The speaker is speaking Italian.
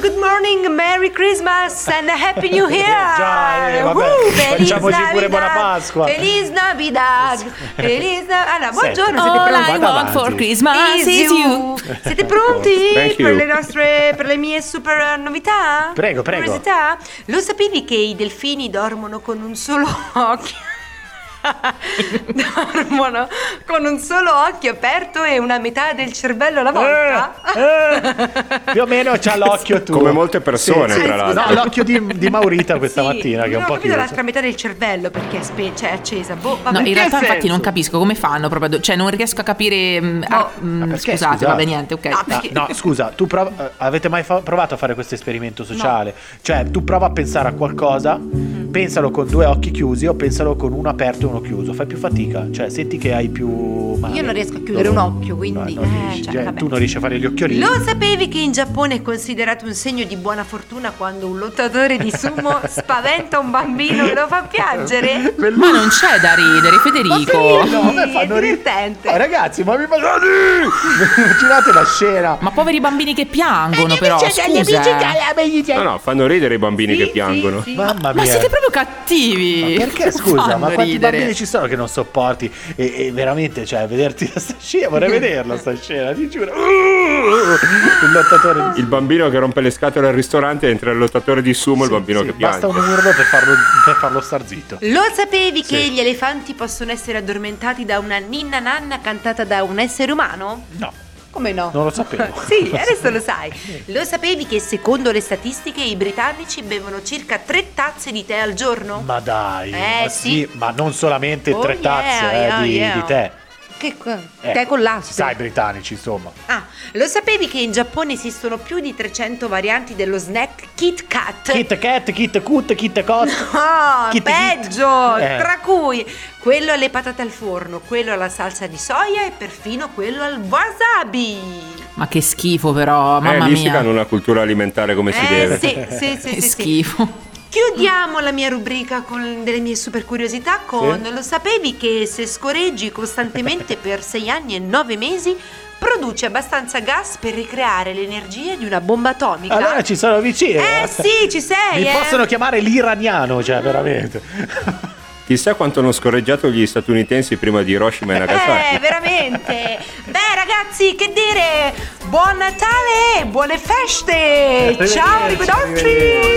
good morning, Merry Christmas and Happy New Year! Già, eh, vabbè. Uh, Feliz Facciamoci Navidad, pure buona Pasqua. Feliz Navidad! Eh. Feliz Navidad! Allora, buongiorno, siete All pronti? I All I Vado want want for for avanti. Christmas Ah, is you. Siete pronti Thank per you. le, nostre, per le mie super eh, novità? Prego, prego. Curiosità? Lo sapevi che i delfini dormono con un solo occhio? dormono con un solo occhio aperto e una metà del cervello alla volta? Eh, eh. più o meno c'ha l'occhio tu. Come molte persone, tra l'altro. No, l'occhio di, di Maurita questa Sì, mattina che è un non po' ho capito chiuso. l'altra metà del cervello perché è, spe- cioè, è accesa. Boh, vabbè. No, in che realtà senso? infatti non capisco come fanno proprio, do- cioè non riesco a capire. mm, ah, mm, Ma perché, scusate, vabbè niente, ok. No, Ah, perché- no, scusa, tu prov- eh, avete mai fa- provato a fare questo esperimento sociale? Cioè, tu prova a pensare a qualcosa, Mm. pensalo con due occhi chiusi o pensalo con uno aperto e uno chiuso. Fai più fatica, cioè senti che hai più male. Io non riesco a chiudere un occhio, quindi, non eh, riesci. cioè, Cioè, vabbè. tu non riesci a fare gli occhiolini. Lo sapevi che in Giappone è considerato un segno di buona fortuna quando un lottatore di sumo spaventa un bambino e lo fa piangere? Ma non c'è da ridere, Federico. Ma No, a me Sì, fanno è ri- divertente. Oh, ragazzi, ma mi fate Girate la scena. Ma poveri bambini che piangono, però. Scusa. eh. No, no, fanno ridere i bambini Sì, che sì, piangono. sì. Mamma mia. Ma siete proprio Ma cattivi. perché scusa? Fanno Ma quanti ridere. bambini ci sono che non sopporti? E, e veramente, cioè, vederti la sta scena, vorrei vederla sta scena, ti giuro. il lottatore di Il bambino che rompe le scatole al ristorante entra il lottatore di sumo, il bambino sì, che piange. Basta un urlo per farlo, per farlo star zitto. Lo sapevi Sì. che gli elefanti possono essere addormentati da una ninna nanna cantata da un essere umano? No, Come no? non lo sapevo. Sì, adesso lo sai. Lo sapevi che secondo le statistiche i britannici bevono circa tre tazze di tè al giorno? Ma dai, Eh, ma sì. ma non solamente Oh, tre yeah, tazze eh, yeah, di, yeah. di tè. Che co- Eh, tè con l'asse. Sai, britannici, insomma. Ah, lo sapevi che in Giappone esistono più di 300 varianti dello snack Kit Kat? Kit Kat, Kit Kut, Kit Kot. No, Kit Kat. peggio! Eh. Tra cui quello alle patate al forno, quello alla salsa di soia e perfino quello al wasabi. Ma che schifo, però. eh, Mamma lì si mia. hanno una cultura alimentare come si eh, deve. sì, sì, sì, Che sì, sì. schifo. Chiudiamo la mia rubrica con delle mie super curiosità con Sì. lo sapevi che se scoreggi costantemente per 6 anni e 9 mesi produce abbastanza gas per ricreare l'energia di una bomba atomica? Allora ci sono vicino. Eh sì, ci sei! Mi eh. possono chiamare l'iraniano, cioè, veramente. Chissà quanto hanno scorreggiato gli statunitensi prima di Hiroshima e Nagasaki. Eh, veramente! Beh, ragazzi, che dire! Buon Natale! Buone feste! Ciao, Arrivederci, rigodolfi! arrivederci.